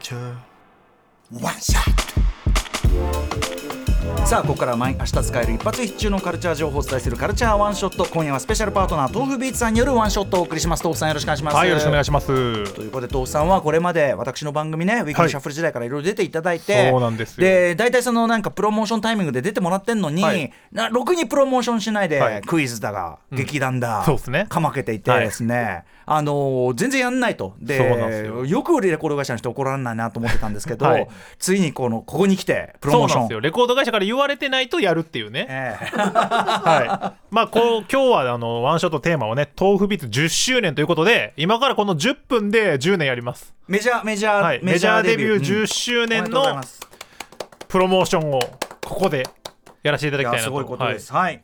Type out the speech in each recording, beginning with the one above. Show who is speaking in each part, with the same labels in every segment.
Speaker 1: チャーワンショットさあここからは毎明日使える一発必中のカルチャー情報をお伝えするカルチャーワンショット今夜はスペシャルパートナー豆腐ビーツさんによるワンショットをお送りします豆腐さんよろしくお願いします
Speaker 2: はいよろしくお願い
Speaker 1: し
Speaker 2: します
Speaker 1: ということで豆腐さんはこれまで私の番組ねウィークリーシャッフル時代からいろいろ出ていただいて、
Speaker 2: そうなんですよ
Speaker 1: で大体そのなんかプロモーションタイミングで出てもらってんのに、
Speaker 2: はい
Speaker 1: なろくにプロモーションしないで、
Speaker 2: はい
Speaker 1: クイズだが、劇団だ
Speaker 2: そうっすね
Speaker 1: かまけていてですね、あのー全然やんないとで
Speaker 2: そうなんですよ
Speaker 1: よく売りレコード会社の人怒らんないなと思ってたんですけど、
Speaker 2: はい
Speaker 1: ついにこのここに来てプロ
Speaker 2: そ
Speaker 1: モ
Speaker 2: う
Speaker 1: ー
Speaker 2: な
Speaker 1: シ
Speaker 2: ん
Speaker 1: ョン
Speaker 2: ですよレコード会社から言われてないとやるっていうね、
Speaker 1: ええ
Speaker 2: はいまあこう今日はあのワンショットテーマをね豆腐ビーツ10周年ということで今からこの10分で10年やります、
Speaker 1: メジャーメジャー、
Speaker 2: はい、メジャーデビュー
Speaker 1: うん
Speaker 2: 10周
Speaker 1: おめ
Speaker 2: 年
Speaker 1: でとうござい
Speaker 2: の
Speaker 1: ます
Speaker 2: プロモーションをここでやらせていただ
Speaker 1: い
Speaker 2: きたい
Speaker 1: や
Speaker 2: な
Speaker 1: す
Speaker 2: と
Speaker 1: ごいことですはい、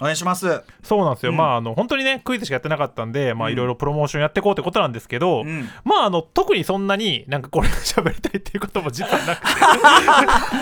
Speaker 1: お願いします
Speaker 2: はいそうなんですよ、
Speaker 1: うん
Speaker 2: まああの本当にねクイズしかやってなかったんでまあ
Speaker 1: うん
Speaker 2: いろいろプロモーションやっていこうってことなんですけど、
Speaker 1: うん
Speaker 2: まああの特にそんなになんかこれ喋りたいっていうことも実はなくて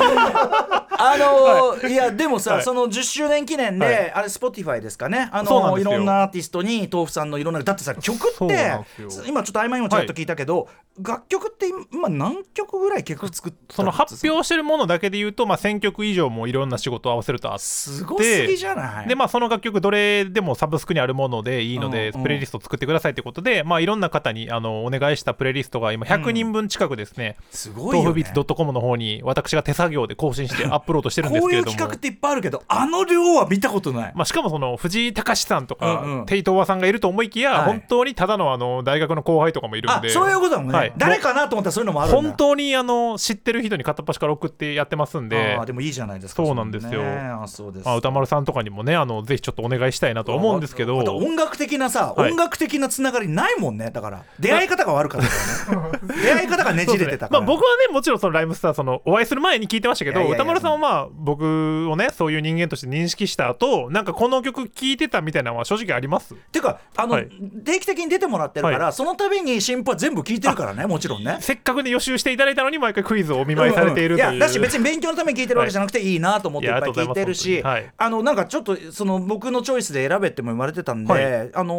Speaker 1: あのーい、やでもさ、
Speaker 2: はい
Speaker 1: その10周年記念で、
Speaker 2: はい
Speaker 1: あれ Spotify ですかねあの
Speaker 2: そうなん
Speaker 1: ー
Speaker 2: で
Speaker 1: い
Speaker 2: すよ
Speaker 1: ろんなアーティストに豆腐さんのいろんなだってさ曲
Speaker 2: そ
Speaker 1: っ
Speaker 2: う
Speaker 1: て
Speaker 2: なんですよ
Speaker 1: 今ちょっと曖昧にもちらっと聞いたけど、楽曲って今何曲ぐらい曲作った
Speaker 2: その発
Speaker 1: 表
Speaker 2: 表してるものだけで言うと、まあ、1000曲以上もいろんな仕事を合わせるとあって。
Speaker 1: すごすぎじゃない
Speaker 2: でまあ、その楽曲どれでもサブスクにあるものでいいので、
Speaker 1: うんうん
Speaker 2: プレイリストを作ってくださいってことで、まあ、いろんな方にあのお願いしたプレイリストが今100人分近くですね、
Speaker 1: すごい
Speaker 2: 豆
Speaker 1: よ、
Speaker 2: 腐
Speaker 1: ね
Speaker 2: ビー、ツ .com の方に私が手作業で更新 してアップロードしてるんで
Speaker 1: こ
Speaker 2: す
Speaker 1: う
Speaker 2: け
Speaker 1: い
Speaker 2: れ
Speaker 1: う
Speaker 2: ども
Speaker 1: 企画っていっぱいあるけどあの量は見たことない、
Speaker 2: まあ、しかもその藤井隆さんとか、
Speaker 1: うんうん
Speaker 2: テイトーワさんがいると思いきや、
Speaker 1: はい
Speaker 2: 本当にただのあの大学の後輩とかもいるん
Speaker 1: あ
Speaker 2: で
Speaker 1: そういうことだもんね、
Speaker 2: はい
Speaker 1: 誰かなと思ったらそういうのもあるんだ
Speaker 2: 本当にあの知ってる人に片っ端から送ってやってますんで
Speaker 1: あーでもいいじゃないですか
Speaker 2: そうなんですよ
Speaker 1: れもねあそうです
Speaker 2: まあ、歌丸さんとかにもねあのぜひちょっとお願いしたいなと思うんですけど
Speaker 1: また音楽的なさ、
Speaker 2: はい
Speaker 1: 音楽的なつながりないもんねだから出会い方が悪かったか らね出会い方がね
Speaker 2: そう
Speaker 1: じ
Speaker 2: で
Speaker 1: れ
Speaker 2: す
Speaker 1: てた
Speaker 2: ね
Speaker 1: か
Speaker 2: まあ、
Speaker 1: ら、
Speaker 2: 僕はねもちろんそのライムスターそのお会いする前に聞いてましたけど
Speaker 1: いやいやいや
Speaker 2: 歌丸さんはまあ僕をねそういう人間として認識した後なんかこの曲聴いてたみたいなのは正直あります
Speaker 1: ていうかあの、
Speaker 2: はい
Speaker 1: 定期的に出てもらってるから、
Speaker 2: は
Speaker 1: その度に新譜は全部聞いてるからねもちろんね
Speaker 2: せっかくね予習していただいたのに毎回クイズをお見舞いされているという,、
Speaker 1: うんうんやだし別に勉強のために聞いてるわけじゃなくていいなと思っていっぱい聞いてる
Speaker 2: い
Speaker 1: し、
Speaker 2: やありがとうございます本当にはい
Speaker 1: あのなんかちょっとその僕のチョイスで選べっても言われてたんで、
Speaker 2: はい
Speaker 1: あの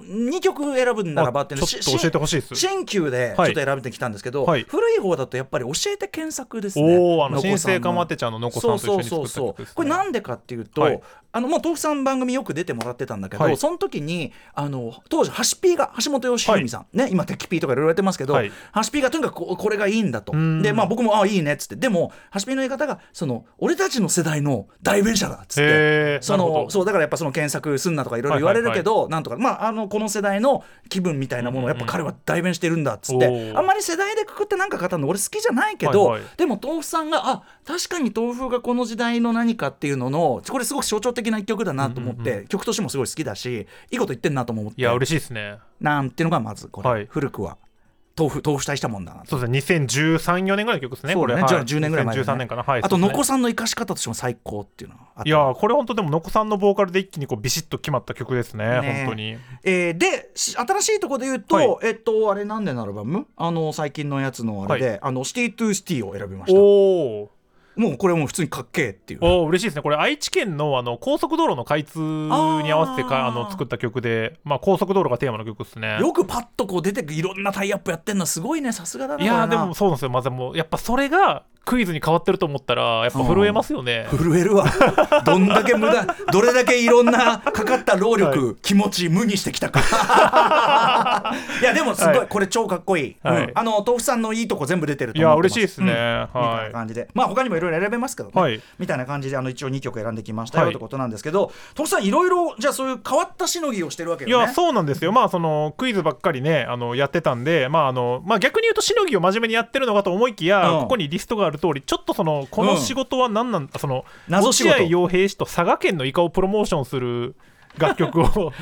Speaker 1: ー、2曲選ぶんならばっていうの
Speaker 2: あちょっと教えてほしいです
Speaker 1: 新旧でちょっと選べてきたんですけど、
Speaker 2: はい
Speaker 1: 古い方だとやっぱり教えて検索ですね。
Speaker 2: おおあの
Speaker 1: のこさん
Speaker 2: 新生かまってちゃんののこさんと一緒
Speaker 1: そうそ
Speaker 2: に作っ
Speaker 1: うそうそ
Speaker 2: た曲で
Speaker 1: う
Speaker 2: す、ね、
Speaker 1: これなんでかっていうと、
Speaker 2: はい
Speaker 1: あのまあ豆腐さん番組よく出てもらってたんだけど、
Speaker 2: はい
Speaker 1: その時にあの当時ハシピーが橋本良文さん、ね今テキピーとかいろいろやってますけど、
Speaker 2: はい
Speaker 1: ハシピーがとにかくここれがいいんだと
Speaker 2: ん
Speaker 1: でまあ僕もあいいねっつってでもハシピーの言い方がその俺たちの世代の代弁者だっつって。
Speaker 2: へー
Speaker 1: そ
Speaker 2: なるほ
Speaker 1: の
Speaker 2: ど
Speaker 1: そうだからやっぱその検索すんなとかいろいろ言われるけど、なんとか、まあ、あのこの世代の気分みたいなものをやっぱ彼は代弁してるんだっつって、
Speaker 2: うんうんおー
Speaker 1: あんまり世代でくくってなんか語るの俺好きじゃないけど、
Speaker 2: はいはい
Speaker 1: でも豆腐さんがあ確かに豆腐がこの時代の何かっていうののこれすごく象徴的な一曲だなと思って、曲としてもすごい好きだしいいこと言ってんなとも思って
Speaker 2: いや嬉しいですね
Speaker 1: なんていうのがまずこれ、
Speaker 2: はい
Speaker 1: 古くは豆腐豆腐したりしたもんだなと。
Speaker 2: そうですね2013 4年ぐらいの曲ですね
Speaker 1: そう
Speaker 2: こ
Speaker 1: だ
Speaker 2: れ
Speaker 1: ね、
Speaker 2: はい
Speaker 1: じゃあ10年ぐらい前だね、
Speaker 2: 2013年かなはい
Speaker 1: あと、
Speaker 2: そうです
Speaker 1: の
Speaker 2: ね
Speaker 1: こさんの生かし方としても最高っていうのはあった
Speaker 2: いやーこれ本当でものこさんのボーカルで一気にこうビシッと決まった曲ですね
Speaker 1: ね
Speaker 2: 本当に
Speaker 1: えーでし新しいところで言うと、
Speaker 2: はい
Speaker 1: えっとあれなんでのアルバムあの最近のやつのあれで、あのシティトゥーシティを選びました
Speaker 2: おー
Speaker 1: もうこれはもう普通にかっけえっていう
Speaker 2: おー嬉しいですねこれ愛知県のあの高速道路の開通に合わせてか
Speaker 1: あ
Speaker 2: あ
Speaker 1: ー
Speaker 2: の作った曲で、まあ、高速道路がテーマの曲ですね
Speaker 1: よくパッとこう出てくいろんなタイアップやってんのすごいねさすがだない
Speaker 2: や
Speaker 1: こ
Speaker 2: ー
Speaker 1: れ
Speaker 2: で
Speaker 1: な
Speaker 2: もそうなんですよまずもうやっぱそれがクイズに変わってると思ったらやっぱ震えますよね、
Speaker 1: 震える わどんだけ無駄どれだけいろんなかかった労力、気持ち無にしてきた かいやでもすごい、
Speaker 2: はい
Speaker 1: これ超かっこいい、
Speaker 2: はい
Speaker 1: うんあの豆腐さんのいいとこ全部出てると
Speaker 2: い
Speaker 1: 思
Speaker 2: や
Speaker 1: っ
Speaker 2: ー
Speaker 1: てます
Speaker 2: 嬉しいですね、
Speaker 1: うんみたい
Speaker 2: は
Speaker 1: ない感じで、まあ他にもいろいろ選べますけどね、
Speaker 2: はい
Speaker 1: みたいな感じであの一応2曲選んできましたよ
Speaker 2: はい
Speaker 1: ってことなんですけど、徳さんいろいろじゃあそういう変わったしのぎをしてるわけ
Speaker 2: い
Speaker 1: よね。
Speaker 2: やそうなんですよ、まあ、そのクイズばっかりねあのやってたんで、まああのまあ、逆に言うとしのぎを真面目にやってるのかと思いきや、
Speaker 1: うん
Speaker 2: ここにリストがある通りちょっとそのこ
Speaker 1: うん
Speaker 2: の仕事は何なんだ、その
Speaker 1: 謎仕事
Speaker 2: 落合陽平氏と佐賀県のイカをプロモーションする 楽曲を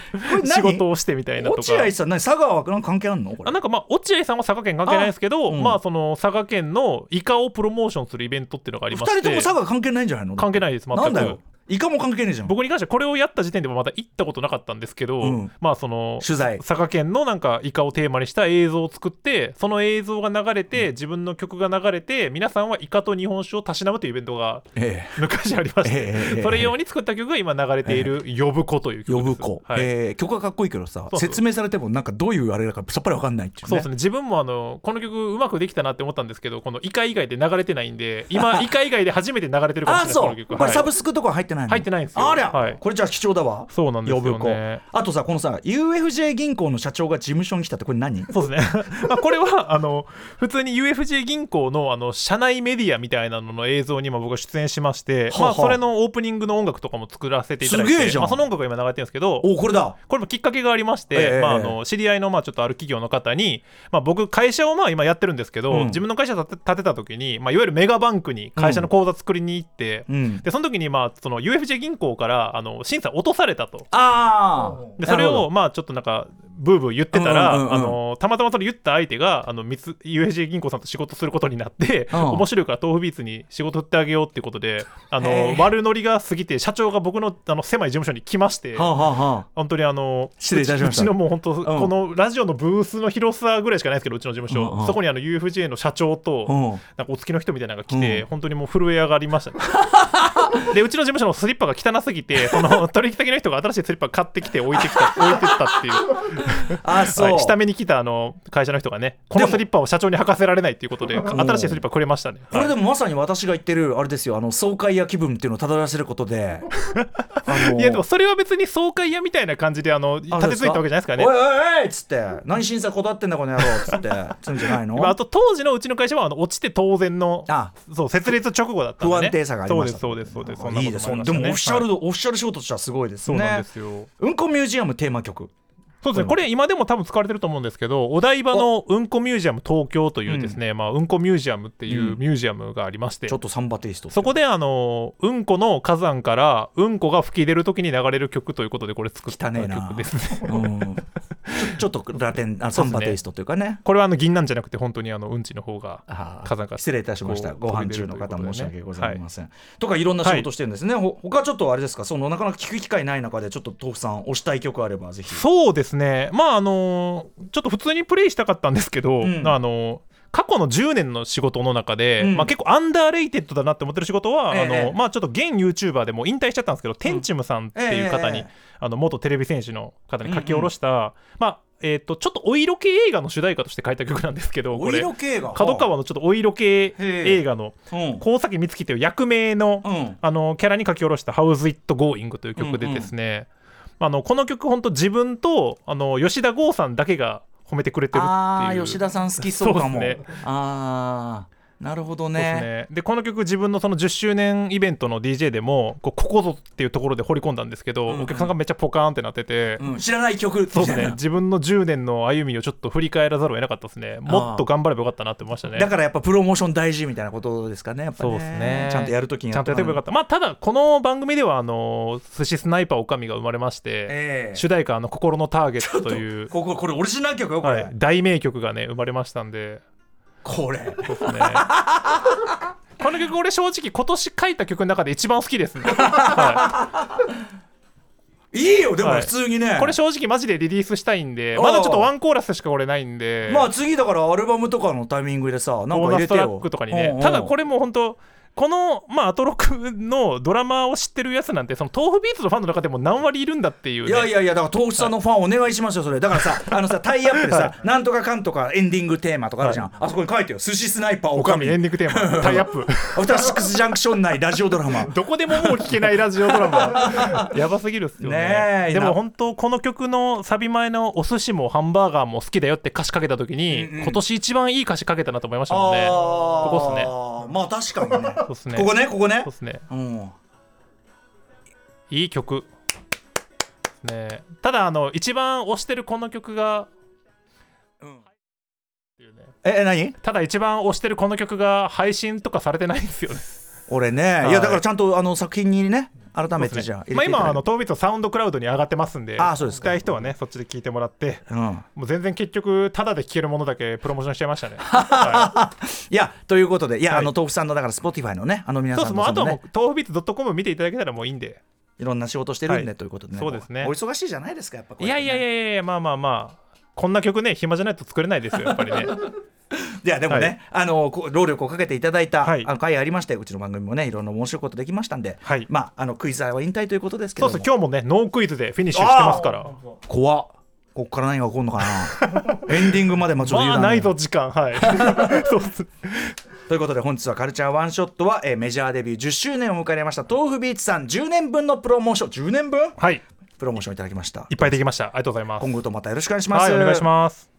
Speaker 1: 何
Speaker 2: 仕事をしてみたいなとか。
Speaker 1: 落合さん何佐川はなんか関係あんのこれ
Speaker 2: あなんかまあ落合さんは佐賀県関係ないですけど
Speaker 1: あうん
Speaker 2: まあその佐賀県のイカをプロモーションするイベントっていうのがあり
Speaker 1: 二
Speaker 2: まして
Speaker 1: 人とも佐賀関係ないんじゃないの
Speaker 2: 関係ないです全く
Speaker 1: なんだよイカも関係ねえじゃん
Speaker 2: 僕に関してはこれをやった時点でもまだ行ったことなかったんですけど、
Speaker 1: うん
Speaker 2: まあその
Speaker 1: 取材
Speaker 2: 佐賀県のなんかイカをテーマにした映像を作ってその映像が流れて、自分の曲が流れて皆さんはイカと日本酒をたしなむというイベント が
Speaker 1: え
Speaker 2: 昔ありまして、
Speaker 1: えええ
Speaker 2: それ用に作った曲が今流れている「呼ぶ子」という
Speaker 1: え呼
Speaker 2: 曲
Speaker 1: ぶ
Speaker 2: です。
Speaker 1: 子、
Speaker 2: はい
Speaker 1: ええ曲はかっこいいけどさ
Speaker 2: そうそう
Speaker 1: 説明されてもなんかどういうあれだかさっぱりわかんないっていうね
Speaker 2: そうですね自分もあのこの曲うまくできたなって思ったんですけどこの「イカ以外で流れてないんで 今イカ以外で初めて流れてるかもし
Speaker 1: ああ
Speaker 2: れない
Speaker 1: そ
Speaker 2: この
Speaker 1: う
Speaker 2: 曲
Speaker 1: これサ
Speaker 2: は
Speaker 1: ブスクとか入ってないの
Speaker 2: い、入ってないんですよ
Speaker 1: ありゃ、
Speaker 2: はい、
Speaker 1: これじゃあ貴重だわ
Speaker 2: そうなんですよね
Speaker 1: 呼ぶ子あとさこのさ UFJ 銀行の社長が事務所に来たってこれ何
Speaker 2: そうですね、 まあ、これはあの普通に UFJ 銀行のあの社内メディアみたいなのの映像に今僕は出演しまし
Speaker 1: はあ
Speaker 2: て、
Speaker 1: はあ
Speaker 2: まあ、それのオープニングの音楽とかも作らせていただいて
Speaker 1: すげえじゃん
Speaker 2: まあ、その音楽が今流れてるんですけど
Speaker 1: おこれだ
Speaker 2: これもきっかけがありまして、
Speaker 1: ええ
Speaker 2: まあ、あの知り合いのまあちょっとある企業の方に、まあ、僕会社をまあ今やってるんですけど、
Speaker 1: うん
Speaker 2: 自分の会社立て立てた時に、まあ、いわゆるメガバンクに会社の口座作りに行って、
Speaker 1: うん
Speaker 2: でその時にまあその UFJ 銀行からあの審査落とされたと。
Speaker 1: ああ
Speaker 2: でそれをまあちょっとなんかブーブー言ってたら、
Speaker 1: うんうんうんうん
Speaker 2: あのたまたまそれ言った相手があの三つ UFJ 銀行さんと仕事することになって、
Speaker 1: うん
Speaker 2: 面白いから豆腐ビーツに仕事振ってあげようっていうことであ
Speaker 1: へ
Speaker 2: の
Speaker 1: え
Speaker 2: 悪ノリが過ぎて社長が僕のあの狭い事務所に来まして。
Speaker 1: はあ、はあはあ、
Speaker 2: 本当にあの
Speaker 1: 失礼いたしました
Speaker 2: うちうちのもう本当、このラジオのブースの広さぐらいしかないですけどうちの事務所、
Speaker 1: うんうん
Speaker 2: そこにあの UFJ の社長と、
Speaker 1: うん、
Speaker 2: なんかお付きの人みたいなのが来て、
Speaker 1: うん
Speaker 2: 本当にもう震え上が りました、ね、でうちの事務所のスリッパが汚すぎてその取引先の人が新しいスリッパ買ってきて置いてき た置いてったっていう
Speaker 1: あそう、
Speaker 2: はい下見に来たあの会社の人がねこのスリッパを社長に履かせられないっていうことで
Speaker 1: ん
Speaker 2: 新しいスリッパくれましたね、
Speaker 1: これ
Speaker 2: は
Speaker 1: でもまさに私が言ってるあれですよあの爽快や気分っていうのを漂わせること であの
Speaker 2: いいやでもそれは別に爽快屋みたいな感じであの立てついたわけじゃないですからね
Speaker 1: おいおいおいっつって何審査こだわってんだこの野郎っつ ってつんじゃないの、
Speaker 2: まあ、あと当時のうちの会社はあの落ちて当然の
Speaker 1: あ
Speaker 2: そう設立直後だったんで、ね、
Speaker 1: 不安定さがありました
Speaker 2: そうですそうですそうです
Speaker 1: いいです
Speaker 2: そんな
Speaker 1: で
Speaker 2: こと
Speaker 1: も
Speaker 2: も
Speaker 1: オ
Speaker 2: ありま
Speaker 1: フィ
Speaker 2: し
Speaker 1: シ
Speaker 2: た
Speaker 1: ャ
Speaker 2: ね
Speaker 1: ル、オフィシャル仕事としてはすごいです
Speaker 2: そう
Speaker 1: ね
Speaker 2: なんですよ、
Speaker 1: うんこミュージアムテーマ曲
Speaker 2: そうですね、これ今でも多分使われてると思うんですけどお台場のうんこミュージアム東京というですね、まあ、うんこミュージアムっていうミュージアムがありまして、
Speaker 1: ちょっとサンバテイスト
Speaker 2: そこであのうんこの火山からうんこが吹き出る時に流れる曲ということでこれ作った
Speaker 1: 汚ねえな
Speaker 2: 曲ですね
Speaker 1: うんちょちょっとラテンあサンバテイストというかね
Speaker 2: これはあの銀なんじゃなくて本当にあのうんちの方が
Speaker 1: あー
Speaker 2: 火山から
Speaker 1: 失礼いたしました
Speaker 2: こう
Speaker 1: ご飯中の方
Speaker 2: 飛び出
Speaker 1: 申
Speaker 2: る
Speaker 1: し
Speaker 2: ということでね
Speaker 1: 訳ございません、とかいろんな仕事してるんですね、ほ他ちょっとあれですかそのなかなか聞く機会ない中でちょっと豆腐さん推したい曲あればぜひ
Speaker 2: そうですねまああのちょっと普通にプレイしたかったんですけど、
Speaker 1: うん
Speaker 2: あの過去の10年の仕事の中で、
Speaker 1: うん
Speaker 2: まあ、結構アンダーレイテッドだなって思ってる仕事は、
Speaker 1: ええ
Speaker 2: あのまあ、ちょっと現 YouTuber でもう引退しちゃったんですけど、テンチムさんっていう方に、
Speaker 1: ええ
Speaker 2: あの元テレビ選手の方に書き下ろした、まあえー、とちょっとお色気映画の主題歌として書いた曲なんですけどこ
Speaker 1: お
Speaker 2: れ
Speaker 1: 色系が
Speaker 2: 角川のちょっとお色気映画の
Speaker 1: うん
Speaker 2: 高崎美月という役名の
Speaker 1: うん
Speaker 2: あのキャラに書き下ろした「How's It Going」という曲でですね、あのこの曲本当自分とあの吉田剛さんだけが褒めてくれてるっていう
Speaker 1: ああー吉田さん好きそうかも
Speaker 2: そうですね
Speaker 1: ああなるほど
Speaker 2: そうです
Speaker 1: ね
Speaker 2: ねでこの曲自分のその10周年イベントの DJ でもこうここぞっていうところで掘り込んだんですけ
Speaker 1: う
Speaker 2: ど、
Speaker 1: んうん
Speaker 2: お客さんがめっちゃポカーンってなってて、
Speaker 1: うん、知らない曲みた
Speaker 2: そう
Speaker 1: い
Speaker 2: です
Speaker 1: な
Speaker 2: ね 自分の10年の歩みをちょっと振り返らざるを得なかったですねもっと頑張ればよかったなって思いました ね
Speaker 1: だからやっぱプロモーション大事みたいなことですかねやっぱね
Speaker 2: そうですね
Speaker 1: ちゃんとやるときに
Speaker 2: ちゃんとやってればよか
Speaker 1: っ
Speaker 2: った、まあ、ただこの番組ではあの寿司スナイパーおかみが生まれまして、
Speaker 1: ええ
Speaker 2: 主題歌あの「心のターゲット」という
Speaker 1: こここれオリジナル曲よこれ、
Speaker 2: はい、大名曲がね生まれましたんで、
Speaker 1: これ
Speaker 2: そう ですね。この曲俺正直今年書いた曲の中で一番好きです ね。はい
Speaker 1: いよでも
Speaker 2: はい
Speaker 1: 普通にね、
Speaker 2: い、これ正直マジでリリースしたいんで、
Speaker 1: おう
Speaker 2: まだちょっとワンコーラスしか俺ないんで、
Speaker 1: まあ次だからアルバムとかのタイミングでさなん
Speaker 2: ボ
Speaker 1: か入
Speaker 2: ーナ
Speaker 1: れて
Speaker 2: スト
Speaker 1: よ
Speaker 2: ラックとかにね。
Speaker 1: うんうん
Speaker 2: ただこれもう本当。この、まあ、アトロクのドラマを知ってるやつなんてその豆腐ビーツのファンの中でも何割いるんだっていう、ね、
Speaker 1: いやいやいやだから豆腐さんのファンお願いしますよそれだからさあのさタイアップでさなんとかかんとかエンディングテーマとかあるじゃんあそこに書いてよ寿司スナイパーお
Speaker 2: お
Speaker 1: か
Speaker 2: か
Speaker 1: み
Speaker 2: みエンディングテーマタイアップ
Speaker 1: アフターシックスジャンクション内ラジオドラマ
Speaker 2: どこでももう聞けないラジオド ラマやばすぎるっすよね
Speaker 1: ねえ
Speaker 2: でも本当この曲のサビ前の「お寿司もハンバーガーも好きだよ」って歌詞かけた時に、
Speaker 1: うんうん
Speaker 2: 今年一番いい歌詞かけたなと思いましたもんね
Speaker 1: あ
Speaker 2: ここっすね
Speaker 1: こまあ確かに ね
Speaker 2: そうっすね
Speaker 1: ここねここね
Speaker 2: そうっすね
Speaker 1: うん
Speaker 2: いい曲ねただあの一番推してるこの曲が
Speaker 1: うん
Speaker 2: っていうね
Speaker 1: え何
Speaker 2: ただ一番推して るこの曲が配信とかされてないんですよね
Speaker 1: 俺ね、い、
Speaker 2: はい
Speaker 1: やだからちゃんとあの作品にね改めてじゃあ
Speaker 2: まあ、今はあ
Speaker 1: 入れ
Speaker 2: の当日はサウンドクラウドに上がってますんで
Speaker 1: あーそうです
Speaker 2: 聞き
Speaker 1: か
Speaker 2: たい人はねそっちで聞いてもらって
Speaker 1: ていただいてうん
Speaker 2: もう全然結局ただで聴けるものだけプロモーションしちゃい ましたね、はい
Speaker 1: やということでいや、
Speaker 2: はい
Speaker 1: あの豆腐さんのだから Spotify のねあの
Speaker 2: い、
Speaker 1: 皆
Speaker 2: そう
Speaker 1: さ
Speaker 2: です
Speaker 1: ん
Speaker 2: もう
Speaker 1: のそ
Speaker 2: あと
Speaker 1: の
Speaker 2: はも
Speaker 1: ね
Speaker 2: う豆腐ビーツ .com 見ていただけたらもういいんで
Speaker 1: いろんな仕事してるんで、
Speaker 2: はい
Speaker 1: ということでね
Speaker 2: そうですね
Speaker 1: お忙しいじゃないですかやっぱこ
Speaker 2: いうや
Speaker 1: ってね
Speaker 2: いやいやいやまあまあまあこんな曲ね暇じゃないと作れないです よやっぱりね
Speaker 1: いやでもね、
Speaker 2: は
Speaker 1: あのこう労力をかけていただいた、
Speaker 2: はい
Speaker 1: あの回ありましてうちの番組もねいろんな面白いことできましたんで、
Speaker 2: はい
Speaker 1: まああのクイズは引退ということですけ
Speaker 2: そ
Speaker 1: ど
Speaker 2: う
Speaker 1: も
Speaker 2: そう今日もねノークイズでフィニッシュしてますから
Speaker 1: 怖っこっから何が起こるのかな エンディングまでまあちょっと
Speaker 2: ま
Speaker 1: 油
Speaker 2: あ
Speaker 1: 断ね
Speaker 2: ないぞ時間はい そうっす
Speaker 1: ということで本日はカルチャーワンショットは、えーメジャーデビュー10周年を迎えました豆腐ビーツさん10年分のプロモーション10年分
Speaker 2: はい
Speaker 1: プロモーションいただきました
Speaker 2: いっぱいできましたありがとうございます
Speaker 1: 今後ともまたよろしくお願いします
Speaker 2: はいお願いします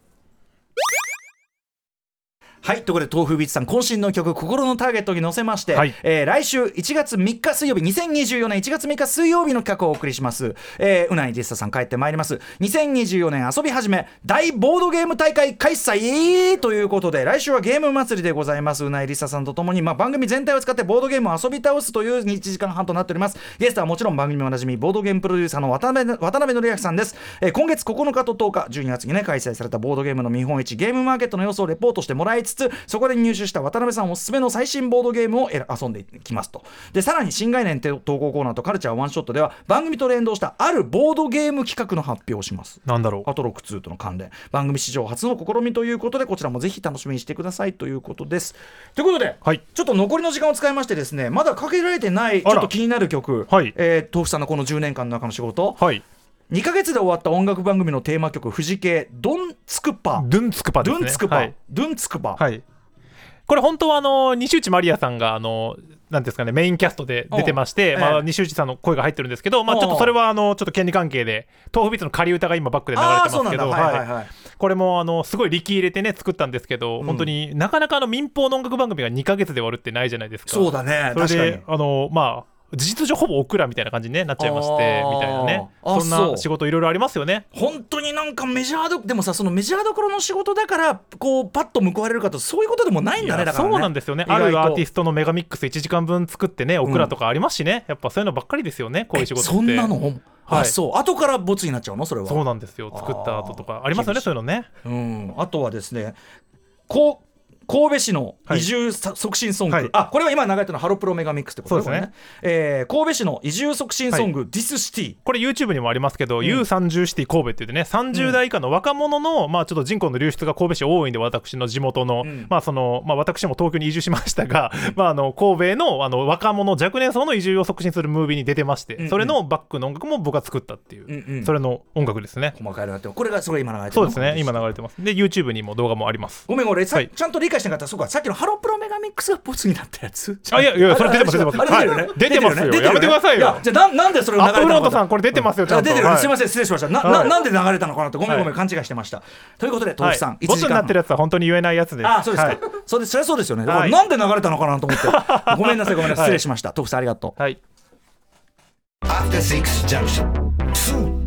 Speaker 1: はいということで豆腐ビーツさん渾身の曲「心のターゲット」に乗せまして、
Speaker 2: はい
Speaker 1: えー来週1月3日水曜日2024年1月3日水曜日の企画をお送りします、えー、うないりささん帰ってまいります2024年遊び始め大ボードゲーム大会開催ということで来週はゲーム祭りでございますうないりささんとともに、まあ、番組全体を使ってボードゲームを遊び倒すという1時間半となっておりますゲストはもちろん番組おなじみボードゲームプロデューサーの渡辺渡辺則明さんです、えー今月9日と10日12月にね開催されたボードゲームの見本市ゲームマーケットの様子をレポートしてもらいつつそこで入手した渡辺さんおすすめの最新ボードゲームをえら遊んでいきますとでさらに新概念投稿コーナーとカルチャーワンショットでは番組と連動したあるボードゲーム企画の発表をします
Speaker 2: なんだろう
Speaker 1: アトロック2との関連番組史上初の試みということでこちらもぜひ楽しみにしてくださいということですということで
Speaker 2: はい
Speaker 1: ちょっと残りの時間を使いましてですねまだかけられてないち
Speaker 2: あら
Speaker 1: ょっと気になる曲、
Speaker 2: はい
Speaker 1: えー豆腐さんのこの10年間の中の仕事
Speaker 2: はい
Speaker 1: 2ヶ月で終わった音楽番組のテーマ曲「藤系ドンツクパ」
Speaker 2: ドゥンツクパで
Speaker 1: ド
Speaker 2: す
Speaker 1: ゥン
Speaker 2: ね
Speaker 1: ツクパ、
Speaker 2: はい
Speaker 1: ドゥンツクパ、
Speaker 2: はい。これ本当はあの西内まりやさんがあのなんていうんですかねメインキャストで出てまして、
Speaker 1: うん
Speaker 2: ま
Speaker 1: ええ
Speaker 2: あ西内さんの声が入ってるんですけど、まあ
Speaker 1: うん
Speaker 2: ちょっとそれはあのちょっと権利関係で豆腐ビーツの仮歌が今バックで流れ
Speaker 1: あ
Speaker 2: て
Speaker 1: あ
Speaker 2: ま
Speaker 1: ーそう
Speaker 2: す
Speaker 1: なん
Speaker 2: け
Speaker 1: だ
Speaker 2: ど、
Speaker 1: はいはい
Speaker 2: はい。
Speaker 1: はい
Speaker 2: これもあのすごい力入れてね作ったんですけど、
Speaker 1: うん
Speaker 2: 本当になかなかあの民放の音楽番組が2ヶ月で終わるってないじゃないですか。
Speaker 1: そうだね
Speaker 2: それ
Speaker 1: 確か
Speaker 2: で
Speaker 1: に
Speaker 2: あのまあ。事実上ほぼオクラみたいな感じにねなっちゃいまして
Speaker 1: あー
Speaker 2: みたいなね
Speaker 1: あ
Speaker 2: そん
Speaker 1: そ
Speaker 2: な
Speaker 1: う
Speaker 2: 仕事いろいろありますよね
Speaker 1: 本当になんかメジャーどでもさそのメジャーどころの仕事だからこうパッと報われるかとそういうことでもないんだね
Speaker 2: いや
Speaker 1: だから、ね、
Speaker 2: そうなんですよねあるアーティストのメガミックス1時間分作ってねオクラとかありますしね、やっぱそういうのばっかりですよねこういう仕事って
Speaker 1: そんなの、
Speaker 2: は
Speaker 1: あ
Speaker 2: い
Speaker 1: そう後からボツになっちゃうのそれは
Speaker 2: そうなんですよ作った後とかありますよね
Speaker 1: 厳しい
Speaker 2: そういうのね
Speaker 1: うん、あとはですねこう神戸市の移住さ促進ソング、
Speaker 2: はい
Speaker 1: あこれは今流れてるのはハロプロメガミックスってことです
Speaker 2: そう
Speaker 1: ね
Speaker 2: ですね
Speaker 1: えー神戸市の移住促進ソング「ディスシティ
Speaker 2: これ YouTube にもありますけど、U30 シティ神戸って言ってね30代以下の若者の、まあちょっと人口の流出が神戸市多いんで私の地元の、
Speaker 1: うん
Speaker 2: まあそのまあ私も東京に移住しましたが、まああの神戸のあの若者若年層の移住を促進するムービーに出てまして、
Speaker 1: んうん
Speaker 2: それのバックの音楽も僕が作ったっていう、
Speaker 1: うんうん
Speaker 2: それの音楽ですね、
Speaker 1: 細かいなってこれがそれ今流れてる
Speaker 2: そうですね今流れてますで YouTube にも動画もあります
Speaker 1: ごめん俺さ、
Speaker 2: はい
Speaker 1: ちゃんと理解してなかったそうかさっきのハロプロメガミックスがボツになったやつ
Speaker 2: あいやいやそれ出てます
Speaker 1: あ
Speaker 2: 出てま
Speaker 1: あ
Speaker 2: す
Speaker 1: れ出てるよね、
Speaker 2: はい出てますよ
Speaker 1: 出る
Speaker 2: やめてくださいよ
Speaker 1: やじゃあななんでそれを
Speaker 2: ア
Speaker 1: 流れ
Speaker 2: ッ
Speaker 1: た
Speaker 2: プ
Speaker 1: のか
Speaker 2: フロードさんこれ出てますよちゃんと
Speaker 1: あ出てる、
Speaker 2: はい
Speaker 1: すみません失礼しましたな,、
Speaker 2: はい
Speaker 1: ななんで流れたのかなとごめんごめん、
Speaker 2: はい
Speaker 1: 勘違いしてましたということで豆
Speaker 2: は
Speaker 1: 腐
Speaker 2: い
Speaker 1: さん、
Speaker 2: ボ
Speaker 1: 1
Speaker 2: ツ
Speaker 1: 時
Speaker 2: に
Speaker 1: 間
Speaker 2: なってるやつは本当に言えないやつです
Speaker 1: あそうですか、
Speaker 2: はい
Speaker 1: そうですそりゃそうですよねだから
Speaker 2: はい
Speaker 1: なんで流れたのかなと思ってごめんなさいごめんなさい失
Speaker 2: はい
Speaker 1: 礼しました、トフさんありがとう
Speaker 2: はい
Speaker 3: After Six Junction. Soon.